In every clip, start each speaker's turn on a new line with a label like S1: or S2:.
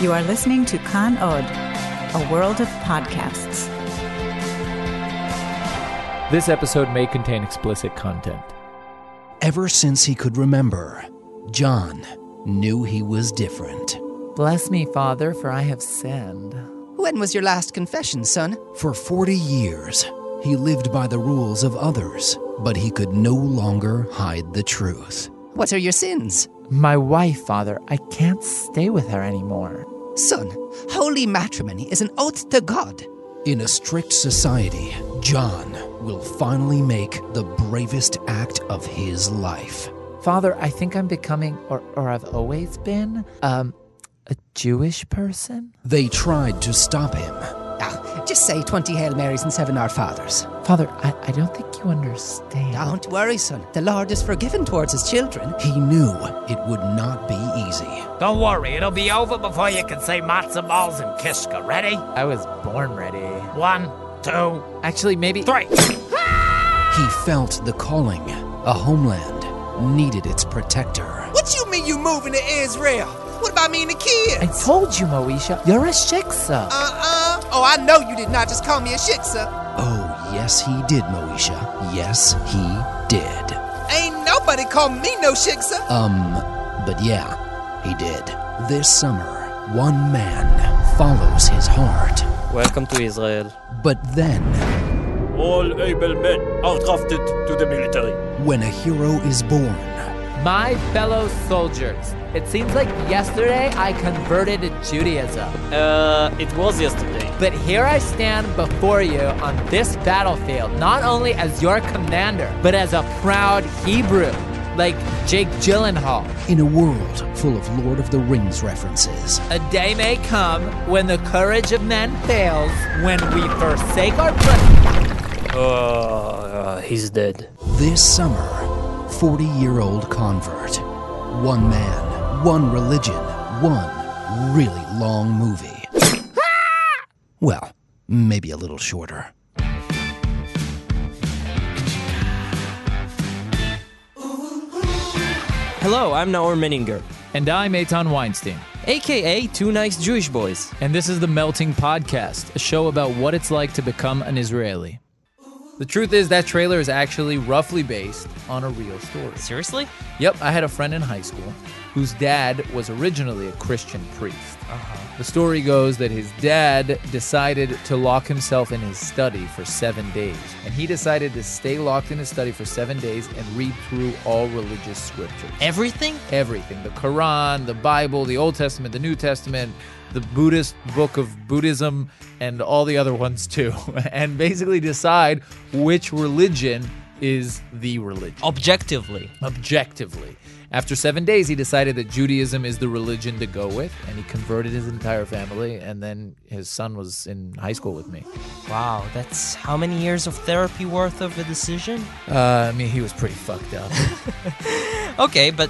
S1: You are listening to Khan Od, a world of podcasts.
S2: This episode may contain explicit content.
S3: Ever since he could remember, John knew he was different.
S4: Bless me, Father, for I have sinned.
S5: When was your last confession, son?
S3: For 40 years, he lived by the rules of others, but he could no longer hide the truth.
S5: What are your sins?
S4: My wife, Father, I can't stay with her anymore.
S5: Son, holy matrimony is an oath to God.
S3: In a strict society, John will finally make the bravest act of his life.
S4: Father, I think I'm becoming, or, or I've always been, um, a Jewish person?
S3: They tried to stop him,
S5: Ah, just say 20 Hail Marys and seven Our Fathers.
S4: Father, I, I don't think you understand.
S5: Don't worry, son. The Lord is forgiven towards his children.
S3: He knew it would not be easy.
S6: Don't worry, it'll be over before you can say matzo balls and kishka. Ready?
S4: I was born ready.
S6: One, two,
S4: Actually, maybe.
S6: three.
S3: He felt the calling. A homeland needed its protector.
S5: What you mean you moving to Israel? What about me and the kids?
S4: I told you, Moesha, you're a shiksa.
S5: Uh-uh. Oh, I know you did not just call me a shit, sir.
S3: Oh, yes, he did, Moesha. Yes, he did.
S5: Ain't nobody called me no shit, sir.
S3: Um, but yeah, he did. This summer, one man follows his heart.
S7: Welcome to Israel.
S3: But then,
S8: All able men are drafted to the military.
S3: when a hero is born,
S4: My fellow soldiers, it seems like yesterday I converted to Judaism.
S7: Uh, it was yesterday.
S4: But here I stand before you on this battlefield, not only as your commander, but as a proud Hebrew, like Jake Gyllenhaal.
S3: in a world full of Lord of the Rings references,
S4: A day may come when the courage of men fails, when we forsake our. Pl-
S7: Uh, he's dead.
S3: this summer, 40 year old convert. One man, one religion, one really long movie. well, maybe a little shorter.
S7: Hello, I'm Naor Menninger,
S2: And I'm Eitan Weinstein,
S7: aka Two Nice Jewish Boys.
S2: and this is The Melting Podcast, a show about what it's like to become an Israeli. The truth is, that trailer is actually roughly based on a real story.
S7: Seriously?
S2: Yep, I had a friend in high school whose dad was originally a Christian priest.
S7: Uh-huh.
S2: The story goes that his dad decided to lock himself in his study for seven days. And he decided to stay locked in his study for seven days and read through all religious scriptures.
S7: Everything?
S2: Everything the Quran, the Bible, the Old Testament, the New Testament, the Buddhist book of Buddhism, and all the other ones too. and basically decide which religion is the religion
S7: Objectively.
S2: objectively. After seven days, he decided that Judaism is the religion to go with, and he converted his entire family. And then his son was in high school with me.
S7: Wow, that's how many years of therapy worth of a decision?
S2: Uh, I mean, he was pretty fucked up.
S7: Okay, but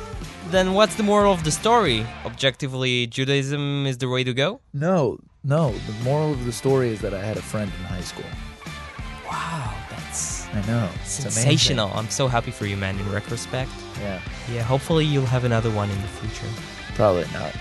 S7: then what's the moral of the story? Objectively, Judaism is the way to go?
S2: no, no. The moral of the story is that I had a friend in high school.
S7: Wow, that's
S2: I know. It's amazing.
S7: sensational. I'm so happy for you, man, in retrospect.
S2: Yeah,
S7: Yeah, hopefully you'll have another one in the future.
S2: probably not.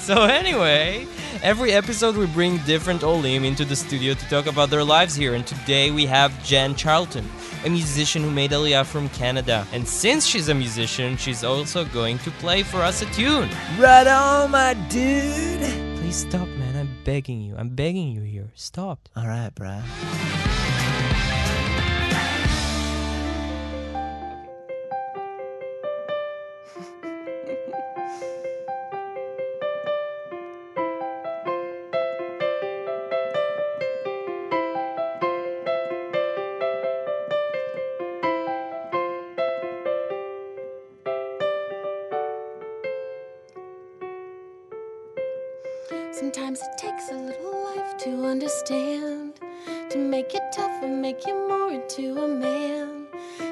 S7: So anyway, every episode we bring different Olim into the studio to talk about their lives here, and today we have Jan Charlton, a musician who made Aliyah from Canada. And since she's a musician, she's also going to play for us a tune.
S4: right on, my dude.
S7: Please stop, man. I'm begging you. I'm begging you here. Stop.
S4: All right, bruh.
S9: Sometimes it takes a little life to understand, to make it tough and make you more into a man.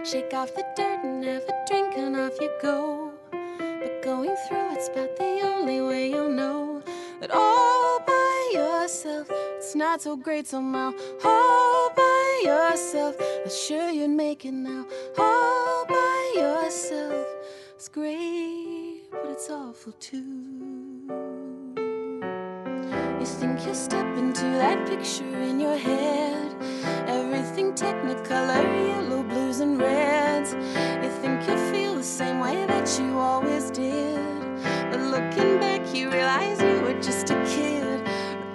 S9: Shake off the dirt and have a drink and off you go. But going through it's about the only way you'll know that all by yourself it's not so great somehow. All by yourself, I'm sure you'd make it now. All by yourself, it's great, but it's awful too.
S10: You think you'll step into that picture in your head. Everything technicolor, yellow, blues, and reds. You think you'll feel the same way that you always did. But looking back, you realize you were just a kid.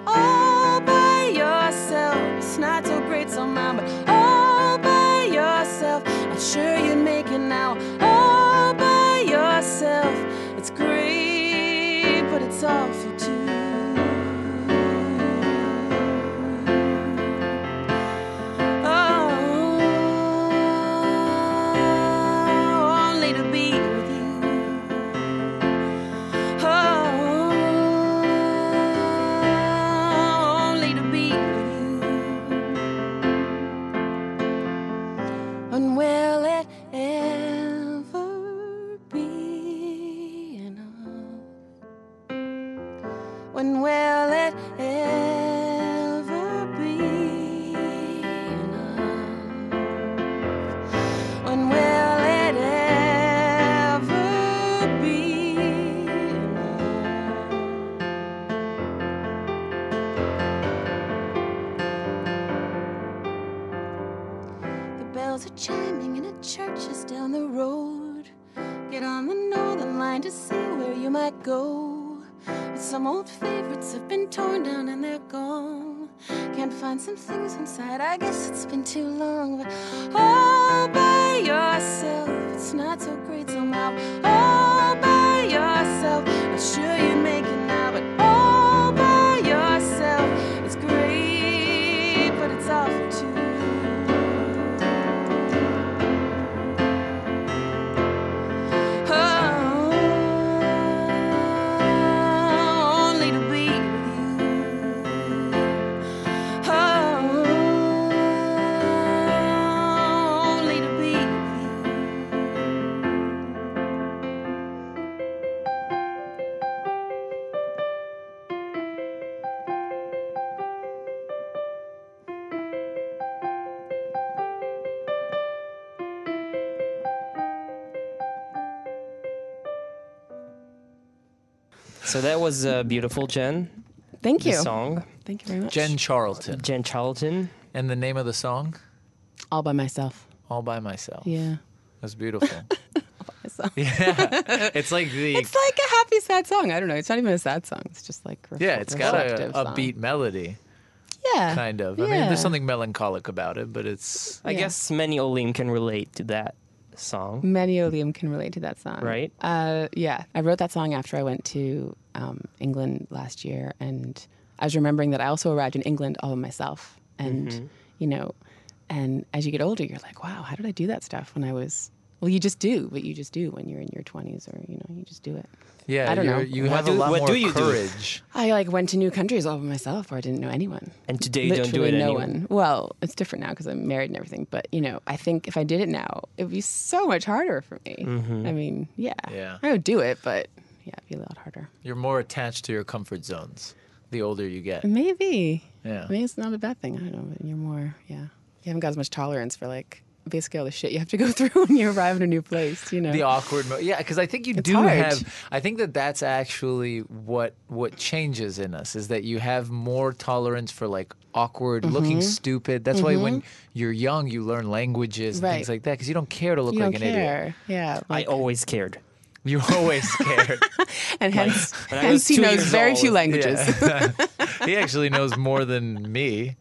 S10: All by yourself. It's not so great somehow, but all by yourself. Not sure you'd make it now. All by yourself. It's great, but it's awful too. Oh, only to be with you. Oh, only to be with you. And will it ever be enough? When will it ever be enough? When will it ever be enough? The bells are chiming and a church is down the road. Get on the northern line to see where you might go. But some old favorites have been torn down and they're gone. Can't find some things inside, I guess it's been too long. But all by yourself, it's not so great somehow. All by yourself, not sure you make it now, but all by yourself, it's great, but it's awful too. Oh, only to be with you. Oh, only to be with you.
S7: So that was uh, beautiful, Jen.
S11: Thank
S7: The
S11: you.
S7: song.
S11: Thank you very much.
S2: Jen Charlton.
S7: Jen Charlton.
S2: And the name of the song?
S11: All by myself.
S2: All by myself.
S11: Yeah.
S2: That's beautiful.
S11: myself.
S2: yeah. It's like the
S11: It's like a happy, sad song. I don't know. It's not even a sad song. It's just like refl-
S2: Yeah, it's got a
S11: reflective song.
S2: upbeat melody,
S11: Yeah.
S2: kind of. I
S11: Yeah.
S2: mean, there's something melancholic about it, but it's
S7: I
S11: Yeah.
S7: guess many Olim can relate to that song,
S11: Many Olium can relate to that song.
S7: right?
S11: Uh, yeah, I wrote that song after I went to um, England last year, and I was remembering that I also arrived in England all by myself, and
S7: Mm-hmm.
S11: you know, and as you get older, you're like, wow, how did I do that stuff when I was? Well, you just do what you just do when you're in your 20s, or you know, you just do it.
S2: yeah.
S11: I don't
S2: you're-
S11: know.
S2: You
S7: What
S2: have a
S7: do-
S2: lot
S7: what
S2: more
S7: do you do?
S2: courage.
S11: I like went to new countries all by myself, where I didn't know anyone.
S7: And today you don't do
S11: Literally
S7: it
S11: no
S7: anymore.
S11: one. Well, it's different now because I'm married and everything. But you know, I think if I did it now, it would be so much harder for me.
S7: Mm-hmm.
S11: I mean, yeah,
S2: Yeah.
S11: I would do it, but yeah, it'd be a lot harder.
S2: You're more attached to your comfort zones the older you get.
S11: Maybe.
S2: Yeah.
S11: I mean, it's not a bad thing. I don't know. But you're more, yeah. You haven't got as much tolerance for like basically all the shit you have to go through when you arrive in a new place. You know.
S2: the awkward mo- yeah because i think you do
S11: hard.
S2: have i think that that's actually what what changes in us is that you have more tolerance for like awkward
S11: Mm-hmm.
S2: looking stupid that's why when you're young you learn languages and things
S11: Right.
S2: like that because you don't care to look
S11: you
S2: like
S11: don't
S2: an idiot
S11: care. Yeah.
S7: I
S11: like-
S7: always cared.
S2: you're always scared
S11: and hence,
S7: when I was
S11: hence he
S7: two
S11: knows
S7: years
S11: very
S7: old,
S11: few languages.
S2: he actually knows more than me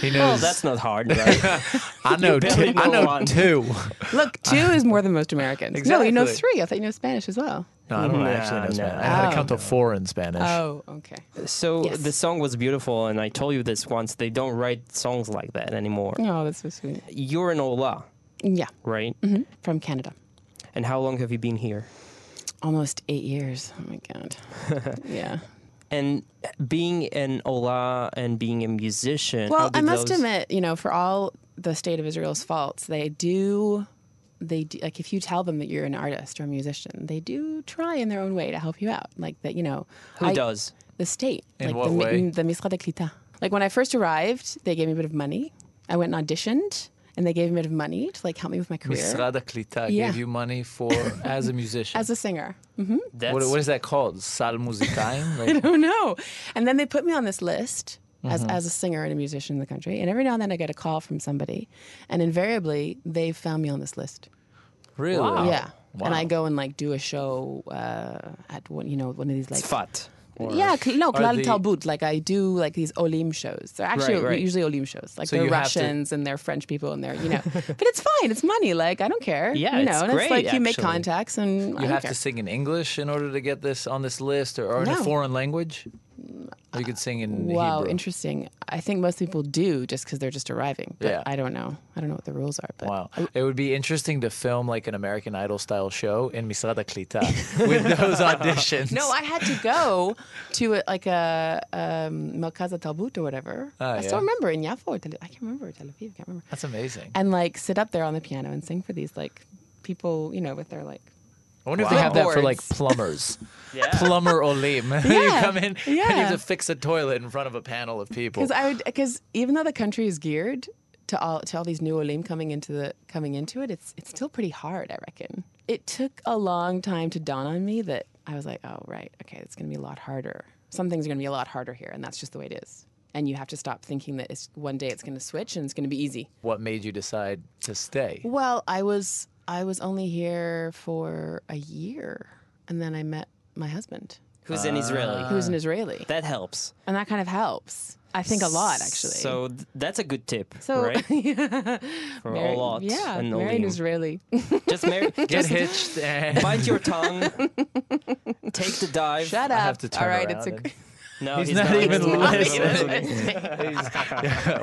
S2: he knows
S7: Well, that's not hard, right?
S2: i know
S7: barely
S2: two i
S7: know
S2: know
S7: one.
S2: two
S11: Look, two is more than most Americans. No, you know
S2: Exactly.
S11: three. I thought you know Spanish as well.
S2: no i don't
S7: Nah,
S2: actually know
S7: no.
S2: spanish i had to count to four in spanish
S11: Oh, okay.
S7: so
S11: Yes.
S7: the song was beautiful, and I told you this once. They don't write songs like that anymore.
S11: Oh, that's so sweet.
S7: You're an Ola,
S11: Yeah,
S7: right?
S10: Mm-hmm.
S11: from Canada.
S7: And how long have you been here?
S11: Almost eight years. Oh my god. yeah.
S7: And being an Ola and being a musician. how
S11: Well, I
S7: did
S11: must
S7: those-
S11: admit, you know, for all the state of Israel's faults, they do, they do, like if you tell them that you're an artist or a musician, they do try in their own way to help you out. Like that, you know,
S7: Who
S11: I-
S7: does?
S11: the state,
S2: In
S11: like
S2: what
S11: the,
S2: way?
S11: the Misra de Clita. Like when I first arrived, they gave me a bit of money. I went and auditioned,
S10: and they gave me a bit of money to like help me with my career
S2: Misrada Klita
S10: Yeah.
S2: gave you money for as a musician.
S10: as a singer. hmm
S2: what, what is that called? Sal musicale?
S10: I
S2: Like,
S10: don't know. Oh, And then they put me on this list as,
S7: Mm-hmm.
S2: Mhm.
S10: as a singer and a musician in the country. And every now and then I get a call from somebody, and invariably they found me on this list.
S2: really?
S10: Yeah.
S2: Wow.
S10: And I go and like do a show uh, at one, you know, one of these like.
S2: Tzfat. or-
S10: yeah, cl- no,
S2: or
S10: Klal
S2: the-
S10: Talbot. Like I do like these Olim shows. They're actually
S2: Right, right.
S10: usually Olim shows. Like
S2: So
S10: they're
S2: you have to-
S10: Russians and they're French people and they're you know. but it's fine. It's money. Like I don't care.
S7: Yeah,
S10: you know.
S7: it's
S10: and
S7: great,
S10: it's like you make
S7: actually.
S10: contacts and I
S2: You
S10: don't
S2: have
S10: care.
S2: to sing in English in order to get this on this list, or, or in a
S10: No.
S2: foreign language. Or you could sing in
S10: Wow,
S2: Hebrew.
S10: interesting. I think most people do just because they're just arriving. But
S2: Yeah.
S10: I don't know. I don't know what the rules are. But
S2: Wow, it would be interesting to film like an American Idol style show in Misrada Klita with those auditions.
S10: no, I had to go to a, like a um, Melkaza Talbut or whatever.
S2: Ah,
S10: I
S2: yeah.
S10: still remember in Yafo or Tel I can't remember Tel Aviv. I can't remember.
S2: that's amazing.
S10: And like sit up there on the piano and sing for these like people, you know, with their like.
S2: I wonder if they
S10: Wow.
S2: have that for
S10: Boards.
S2: like plumbers.
S7: Yeah.
S2: Plumber Olim. you
S10: Yeah,
S2: come in and you
S10: yeah.
S2: have to fix a toilet in front of a panel of people.
S10: Because I would because even though the country is geared to all to all these new olim coming into the coming into it, it's it's still pretty hard. I reckon it took a long time to dawn on me that I was like, oh right, okay, it's going to be a lot harder. Some things are going to be a lot harder here, and that's just the way it is. And you have to stop thinking that it's one day it's going to switch and it's going to be easy.
S2: What made you decide to stay?
S10: Well, I was I was only here for a year, and then I met my husband,
S7: Who's an Israeli?
S10: who's an Israeli,
S7: That helps.
S10: and that kind of helps. I think a lot actually.
S7: So th- that's a good tip,
S10: So
S7: right?
S10: yeah.
S7: For
S10: Marry-
S7: a lot.
S10: Yeah,
S7: and
S10: marry an
S7: only-
S10: Israeli.
S7: Just marry.
S2: Get
S7: just
S2: hitched and
S7: bite your tongue. take the dive.
S10: Shut up.
S2: I have to turn
S10: All right,
S2: around
S10: it's a
S2: and-
S7: No,
S2: He's not even
S7: listening.
S2: listening.
S7: He's not listening.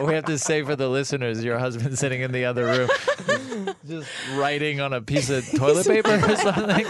S2: we have to say for the listeners, your husband's sitting in the other room, just writing on a piece of toilet paper or something.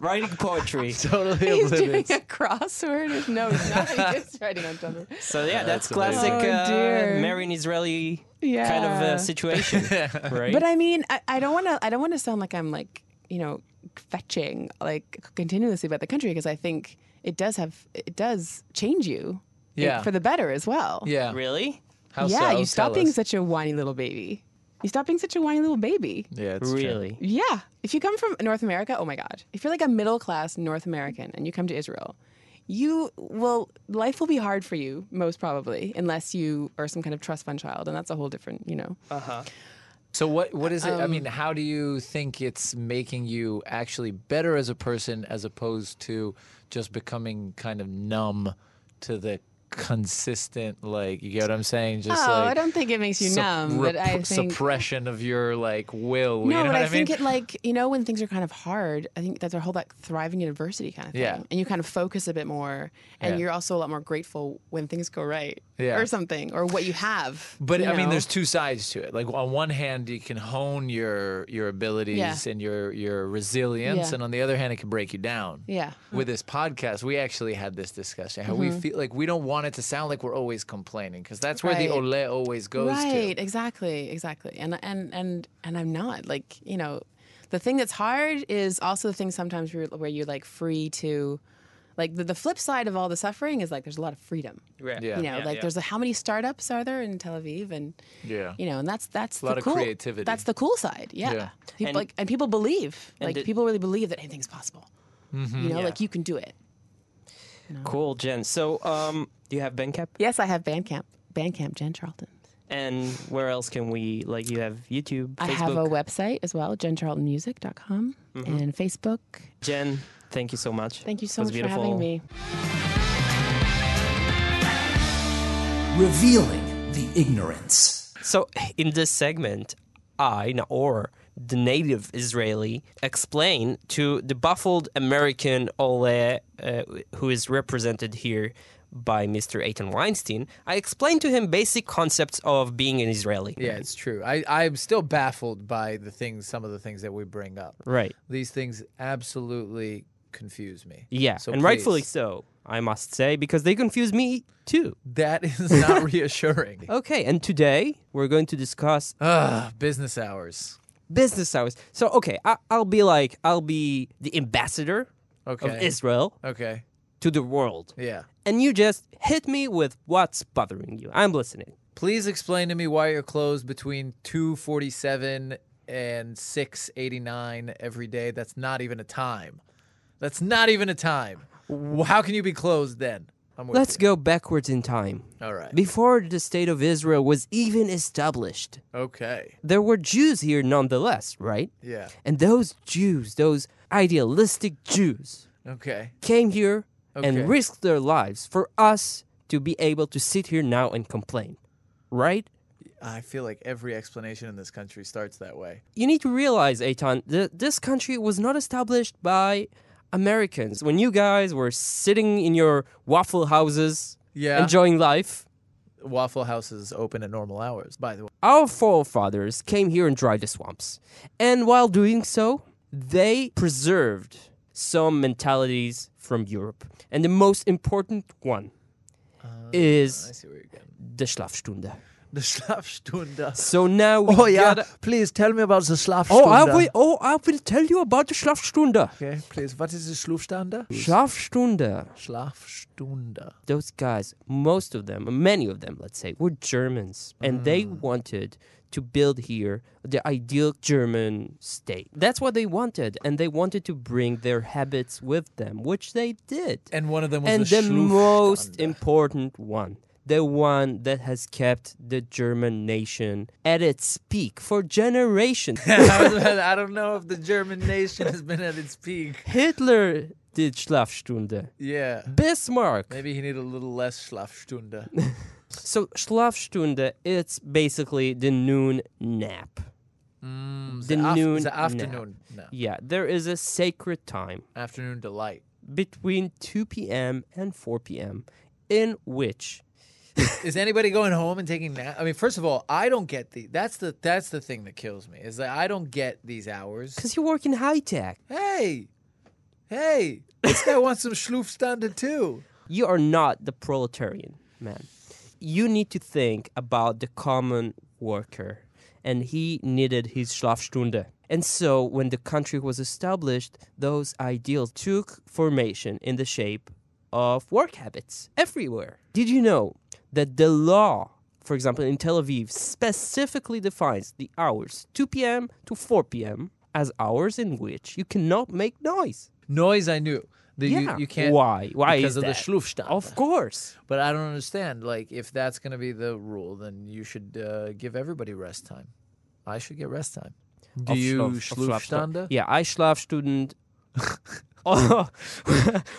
S7: Writing poetry.
S2: totally
S10: he's doing
S2: oblivious.
S10: a crossword. or- No, he's not. He's just writing on something.
S7: So yeah, that's,
S2: amazing.
S7: classic
S10: Oh,
S7: uh,
S10: dear.
S7: marry an Israeli
S10: Yeah.
S7: kind of uh, situation, right?
S10: But I mean, I, I don't want to. I don't want to sound like I'm like you know fetching like continuously about the country because I think it does have it does change you. in-
S2: Yeah.
S10: For the better as well.
S2: Yeah.
S7: really?
S2: How
S10: Yeah.
S2: so?
S10: You stop
S2: Tell
S10: being
S2: us.
S10: such a whiny little baby. You stop being such a whiny little baby.
S2: Yeah, it's true.
S7: Really?
S10: Yeah. If you come from North America, oh my God. If you're like a middle class North American and you come to Israel, you will, life will be hard for you, most probably, unless you are some kind of trust fund child. And that's a whole different, you know.
S2: So what what is it? I
S10: Um,
S2: mean, how do you think it's making you actually better as a person as opposed to just becoming kind of numb to the consistent like you get what I'm saying? Just
S10: oh,
S2: like
S10: I don't think it makes you
S2: sup-
S10: numb, but I
S2: rep-
S10: think.
S2: suppression of your like will. you
S10: No,
S2: know
S10: but
S2: what
S10: I,
S2: I,
S10: think
S2: mean?
S10: it like you know when things are kind of hard. I think that's our whole like thriving in adversity kind of thing,
S2: Yeah.
S10: and you kind of focus a bit more, and
S2: Yeah.
S10: you're also a lot more grateful when things go right,
S2: Yeah.
S10: or something, or what you have.
S2: But
S10: you
S2: I mean,
S10: know?
S2: there's two sides to it. Like on one hand, you can hone your your abilities
S10: Yeah.
S2: and your your resilience,
S10: Yeah.
S2: and on the other hand, it can break you down.
S10: Yeah.
S2: With this podcast, we actually had this discussion how
S10: Mm-hmm.
S2: we feel like we don't want it to sound like we're always complaining because that's where the
S10: Right.
S2: ole always goes
S10: right
S2: to.
S10: exactly exactly and and and and i'm not like you know the thing that's hard is also the thing sometimes where, where you're like free to like the, the flip side of all the suffering is like there's a lot of freedom
S7: Right.
S2: Yeah.
S10: you know like there's a, how many startups are there in tel aviv and
S2: Yeah.
S10: you know and that's that's
S2: lot
S10: the
S2: of
S10: cool
S2: creativity.
S10: that's the cool side yeah,
S2: Yeah.
S10: People,
S7: And-
S10: like and people believe
S7: And
S10: like
S7: it-
S10: people really believe that anything's possible
S2: Mm-hmm.
S10: you know
S7: Yeah.
S10: like you can do it
S7: Cool, Jen. So, um, do you have Bandcamp?
S10: yes i have bandcamp bandcamp jen charlton
S7: And where else can we like? You have YouTube, Facebook.
S10: I have a website as well, jencharltonmusic.com
S2: Mm-hmm.
S10: and Facebook.
S7: Jen, thank you so much.
S10: Thank you so
S7: It was
S10: much for having
S7: beautiful.
S10: me.
S3: Revealing the ignorance.
S7: So, in this segment, I no, or the native Israeli explain to the baffled American Ole, uh, who is represented here by Mr. Eitan Weinstein. I explain to him basic concepts of being an Israeli.
S2: Yeah, it's true. I, I'm still baffled by the things, some of the things that we bring up.
S7: Right.
S2: These things absolutely confuse me.
S7: Yeah.
S2: So
S7: and rightfully
S2: please,
S7: so, I must say, because they confuse me too.
S2: That is not reassuring.
S7: Okay. And today we're going to discuss
S2: Ah, business hours.
S7: business hours. So, okay, I- I'll be like, I'll be the ambassador of
S2: Okay.
S7: Israel
S2: Okay.
S7: to the world.
S2: Yeah.
S7: and you just hit me with what's bothering you. I'm listening.
S2: Please explain to me why you're closed between 247 and 689 every day. That's not even a time. That's not even a time. Wh- How can you be closed then? I'm with
S7: Let's
S2: you.
S7: go backwards in time.
S2: All right.
S7: Before the state of Israel was even established,
S2: Okay.
S7: there were Jews here nonetheless, right?
S2: Yeah.
S7: And those Jews, those idealistic Jews,
S2: Okay.
S7: came here
S2: Okay.
S7: and risked their lives for us to be able to sit here now and complain, right?
S2: I feel like every explanation in this country starts that way.
S7: You need to realize, Eitan, that this country was not established by Americans. When you guys were sitting in your waffle houses,
S2: Yeah.
S7: enjoying life,
S2: Waffle houses open at normal hours, by the way.
S7: our forefathers came here and dried the swamps. And while doing so, they preserved some mentalities from Europe. And the most important one
S2: Ah, I
S7: is
S2: see where you're going.
S7: the Schlafstunde.
S2: The Schlafstunde.
S7: So now we gotta-
S2: Oh, Please tell me about the Schlafstunde.
S7: Oh, I will, oh, I will tell you about the Schlafstunde.
S2: Okay, please. What is the Schlafstunde?
S7: Schlafstunde.
S2: Schlafstunde.
S7: Those guys, most of them, many of them, let's say, were Germans. And they
S2: Mm.
S7: wanted to build here the ideal German state. That's what they wanted. And they wanted to bring their habits with them, which they did.
S2: And one of them was
S7: And
S2: the,
S7: the most
S2: Schlafstunde.
S7: important one, the one that has kept the German nation at its peak for generations.
S2: I was about- I don't know if the German nation has been at its peak.
S7: Hitler did Schlafstunde.
S2: Yeah.
S7: Bismarck.
S2: Maybe he needed a little less Schlafstunde.
S7: So Schlafstunde, it's basically the noon nap. the,
S2: af-
S7: noon
S2: Mm, the
S7: nap.
S2: afternoon. No.
S7: Yeah, there is a sacred time
S2: Afternoon delight.
S7: between 2 p.m. and 4 p.m. in which
S2: Is anybody going home and taking nap? I mean, first of all, I don't get the that's the that's the thing that kills me is that I don't get these hours.
S7: cuz you work in high tech,
S2: Hey, hey, this guy wants some Schlafstunde too.
S7: you are not the proletarian, man. You need to think about the common worker and he needed his Schlafstunde. And so when the country was established, those ideals took formation in the shape of work habits everywhere. Did you know that the law, for example, in Tel Aviv specifically defines the hours 2 p.m. to 4 p.m. as hours in which you cannot make noise?
S2: Noise, I knew. That
S7: Yeah.
S2: you, you can't.
S7: Why? Why
S2: Because
S7: is
S2: of
S7: that?
S2: the Schlafstunde.
S7: Of course.
S2: But I don't understand. Like, if that's going to be the rule, then you should uh, give everybody rest time. I should get rest time. Do
S7: Of
S2: you
S7: Schlaf- of
S2: Schlafstunde?
S7: Yeah, I Schlafstudent. oh,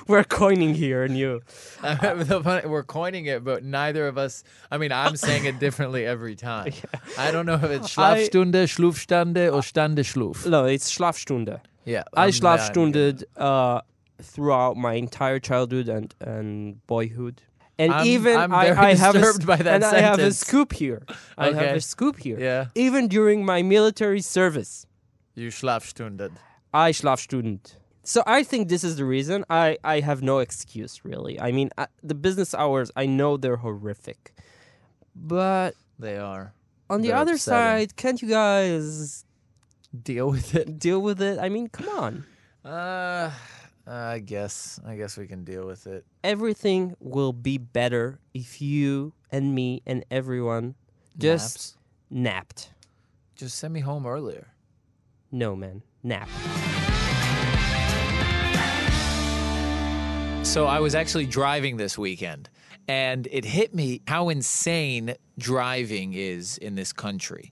S7: we're coining here, and you.
S2: The funny- We're coining it, but neither of us. I mean, I'm saying it differently every time. I don't know if it's
S7: I-
S2: Schlafstunde, Schlufstunde, or Stande Schluf.
S7: No, it's Schlafstunde.
S2: Yeah,
S7: I
S2: um,
S7: Schlafstunde uh, throughout my entire childhood and, and boyhood. And
S2: I'm-
S7: even
S2: I'm
S7: I,
S2: very
S7: I have a
S2: disturbed
S7: s-
S2: by that
S7: and I have a
S2: sentence.
S7: scoop here. I have
S2: Okay.
S7: a scoop here.
S2: Yeah.
S7: Even during my military service,
S2: You Schlafstunde.
S7: I Schlafstudent. So I think this is the reason. I, I have no excuse, really. I mean, I, the business hours, I know they're horrific. But
S2: They are.
S7: on the
S2: They're
S7: other
S2: upsetting.
S7: side, can't you guys
S2: Deal with it.
S7: deal with it? I mean, come on.
S2: Uh, I guess. I guess we can deal with it.
S7: Everything will be better if you and me and everyone just napped.
S2: Just send me home earlier.
S7: No, man. Nap.
S2: So I was actually driving this weekend, and it hit me how insane driving is in this country.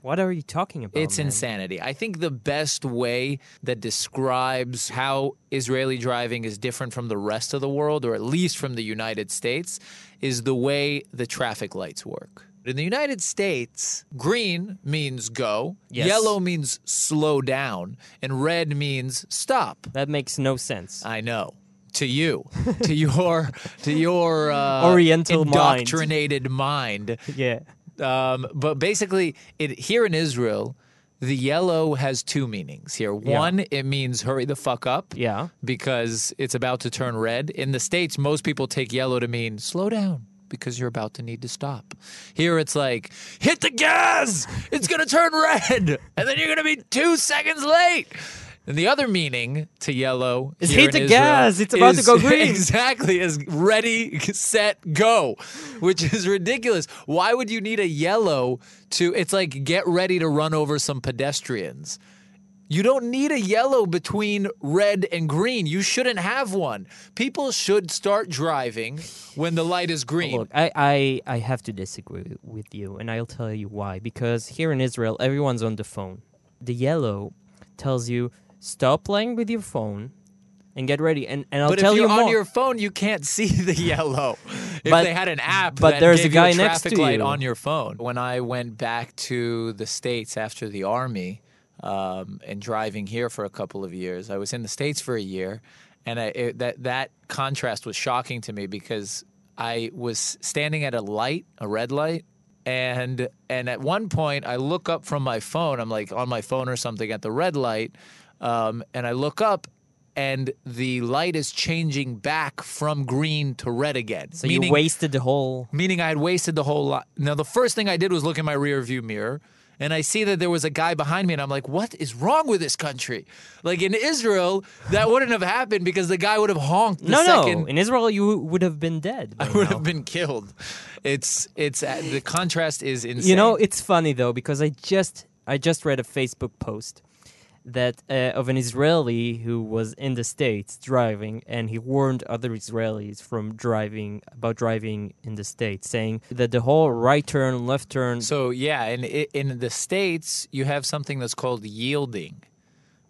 S7: What are you talking about?
S2: It's
S7: man?
S2: insanity. I think the best way that describes how Israeli driving is different from the rest of the world, or at least from the United States, is the way the traffic lights work. In the United States, green means go,
S7: Yes.
S2: yellow means slow down, and red means stop.
S7: That makes no sense.
S2: I know. To you, to your, to your uh,
S7: Oriental mind.
S2: indoctrinated mind.
S7: yeah.
S2: Um, but basically, it here in Israel, the yellow has two meanings here. One, it means hurry the fuck up.
S7: Yeah.
S2: Because it's about to turn red. In the States, most people take yellow to mean slow down because you're about to need to stop. Here it's like, hit the gas! It's gonna turn red! And then you're gonna be two seconds late! And the other meaning to yellow
S12: Is
S2: here
S12: hate
S2: in
S12: the
S2: Israel
S12: gas, it's about to
S2: is-
S12: go green.
S2: Exactly, is ready, set, go, which is ridiculous. Why would you need a yellow to? It's like get ready to run over some pedestrians. You don't need a yellow between red and green. You shouldn't have one. People should start driving when the light is green.
S7: Look, I, I, I have to disagree with you, and I'll tell you why. Because here in Israel, everyone's on the phone. The yellow tells you stop playing with your phone and get ready. And, and I'll
S2: but
S7: tell
S2: if
S7: you
S2: you're
S7: more.
S2: on your phone, you can't see the yellow. If
S7: But-
S2: they had an app,
S7: but
S2: that
S7: there's a
S2: gave
S7: guy
S2: you a
S7: next
S2: traffic
S7: to
S2: light
S7: you.
S2: on your phone. When I went back to the states after the army um, and driving here for a couple of years, I was in the states for a year, and I, it, that that contrast was shocking to me because I was standing at a light, a red light. And and at one point, I look up from my phone. I'm like on my phone or something at the red light, um, and I look up, and the light is changing back from green to red again.
S7: so you wasted the whole.
S2: Meaning I had wasted the whole lot. Now the first thing I did was look in my rear view mirror. And I see that there was a guy behind me, and I'm like, what is wrong with this country? Like in Israel, that wouldn't have happened because the guy would have honked the
S7: No,
S2: second
S7: no. In Israel, you would have been dead. by
S2: I would have been killed. It's it's uh, the contrast is insane.
S7: You know, it's funny though because I just I just read a Facebook post that uh, of an Israeli who was in the states driving, and he warned other Israelis from driving about driving in the states, saying that the whole right turn, left turn.
S2: So yeah, and i- in the states, you have something that's called yielding.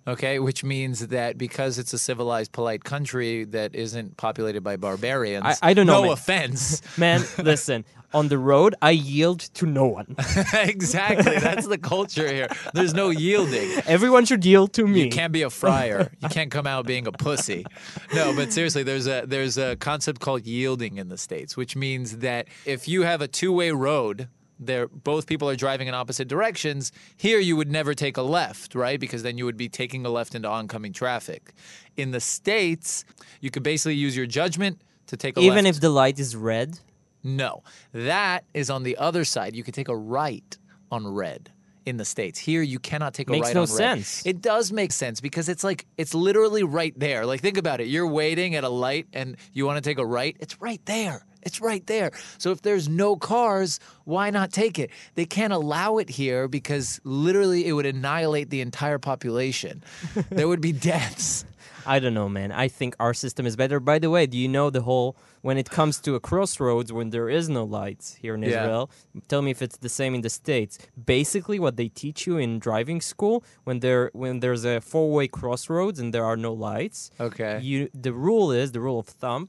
S2: Okay, which means that because it's a civilized, polite country that isn't populated by barbarians.
S7: I, I don't know.
S2: No
S7: man.
S2: offense.
S7: man. Listen, on the road, I yield to no one.
S2: exactly. That's the culture here. There's no yielding.
S7: Everyone should yield to me.
S2: You can't be a friar. You can't come out being a pussy. No, but seriously, there's a there's a concept called yielding in the states, which means that if you have a two-way road, there both people are driving in opposite directions. Here, you would never take a left, right? Because then you would be taking a left into oncoming traffic. In the states, you could basically use your judgment to take a
S7: Even
S2: left.
S7: if the light is red.
S2: No, that is on the other side. You could take a right on red in the states. Here, you cannot take a
S7: Makes
S2: right
S7: no
S2: on red.
S7: sense.
S2: It does make sense because it's like it's literally right there. Like think about it. You're waiting at a light and you want to take a right. It's right there. It's right there. So if there's no cars, why not take it? They can't allow it here because literally it would annihilate the entire population. there would be deaths.
S7: I don't know, man. I think our system is better. By the way, do you know the whole when it comes to a crossroads when there is no lights here in
S2: Yeah.
S7: Israel? Tell me if it's the same in the states. Basically, what they teach you in driving school when there when there's a four-way crossroads and there are no lights.
S2: Okay.
S7: You the rule is the rule of thumb,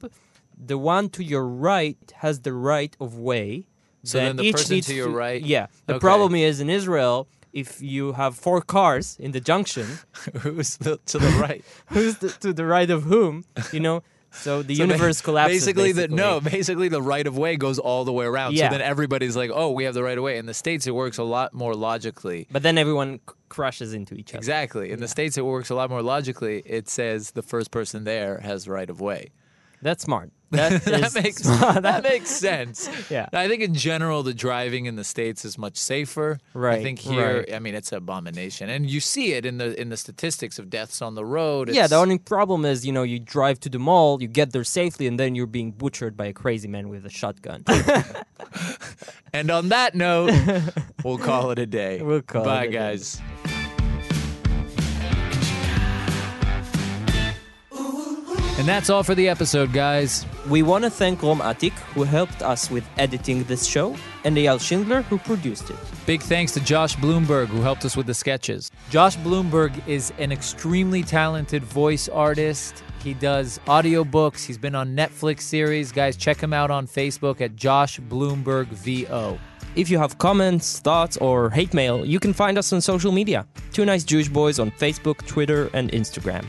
S7: the one to your right has the right of way.
S2: So then the
S7: each
S2: person
S7: needs
S2: to your right-
S7: Yeah. The
S2: Okay.
S7: problem is in Israel. If you have four cars in the junction,
S2: Who's the, to the right?
S7: who's the, to the right of whom you know so the
S2: So ba-
S7: universe collapses
S2: Basically, the no, basically the right of way goes all the way around.
S7: Yeah.
S2: So then everybody's like, "Oh, we have the right of way." In the states, it works a lot more logically.
S7: but then everyone c- crashes into each other
S2: Exactly. In the states, it works a lot more logically. It says the first person there has right of way.
S7: that's smart that,
S2: that
S7: is
S2: makes
S7: smart.
S2: that makes sense.
S7: Yeah.
S2: I think in general the driving in the states is much safer. I
S7: Right,
S2: think here,
S7: right.
S2: I mean, it's an abomination, and you see it in the in the statistics of deaths on the road.
S7: yeah the
S2: It's-
S7: only problem is you know you drive to the mall you get there safely and then you're being butchered by a crazy man with a shotgun
S2: And on that note, we'll call it a day.
S7: We'll call
S2: Bye,
S7: it a day.
S2: guys. And that's all for the episode, guys.
S7: we want to thank rom atik who helped us with editing this show and eyal schindler who produced it
S2: Big thanks to Josh Bloomberg, who helped us with the sketches. Josh Bloomberg is an extremely talented voice artist. He does audiobooks. He's been on Netflix series. Guys, check him out on Facebook at Josh Bloomberg VO.
S7: If you have comments, thoughts, or hate mail, you can find us on social media. Two Nice Jewish Boys on Facebook, Twitter, and Instagram.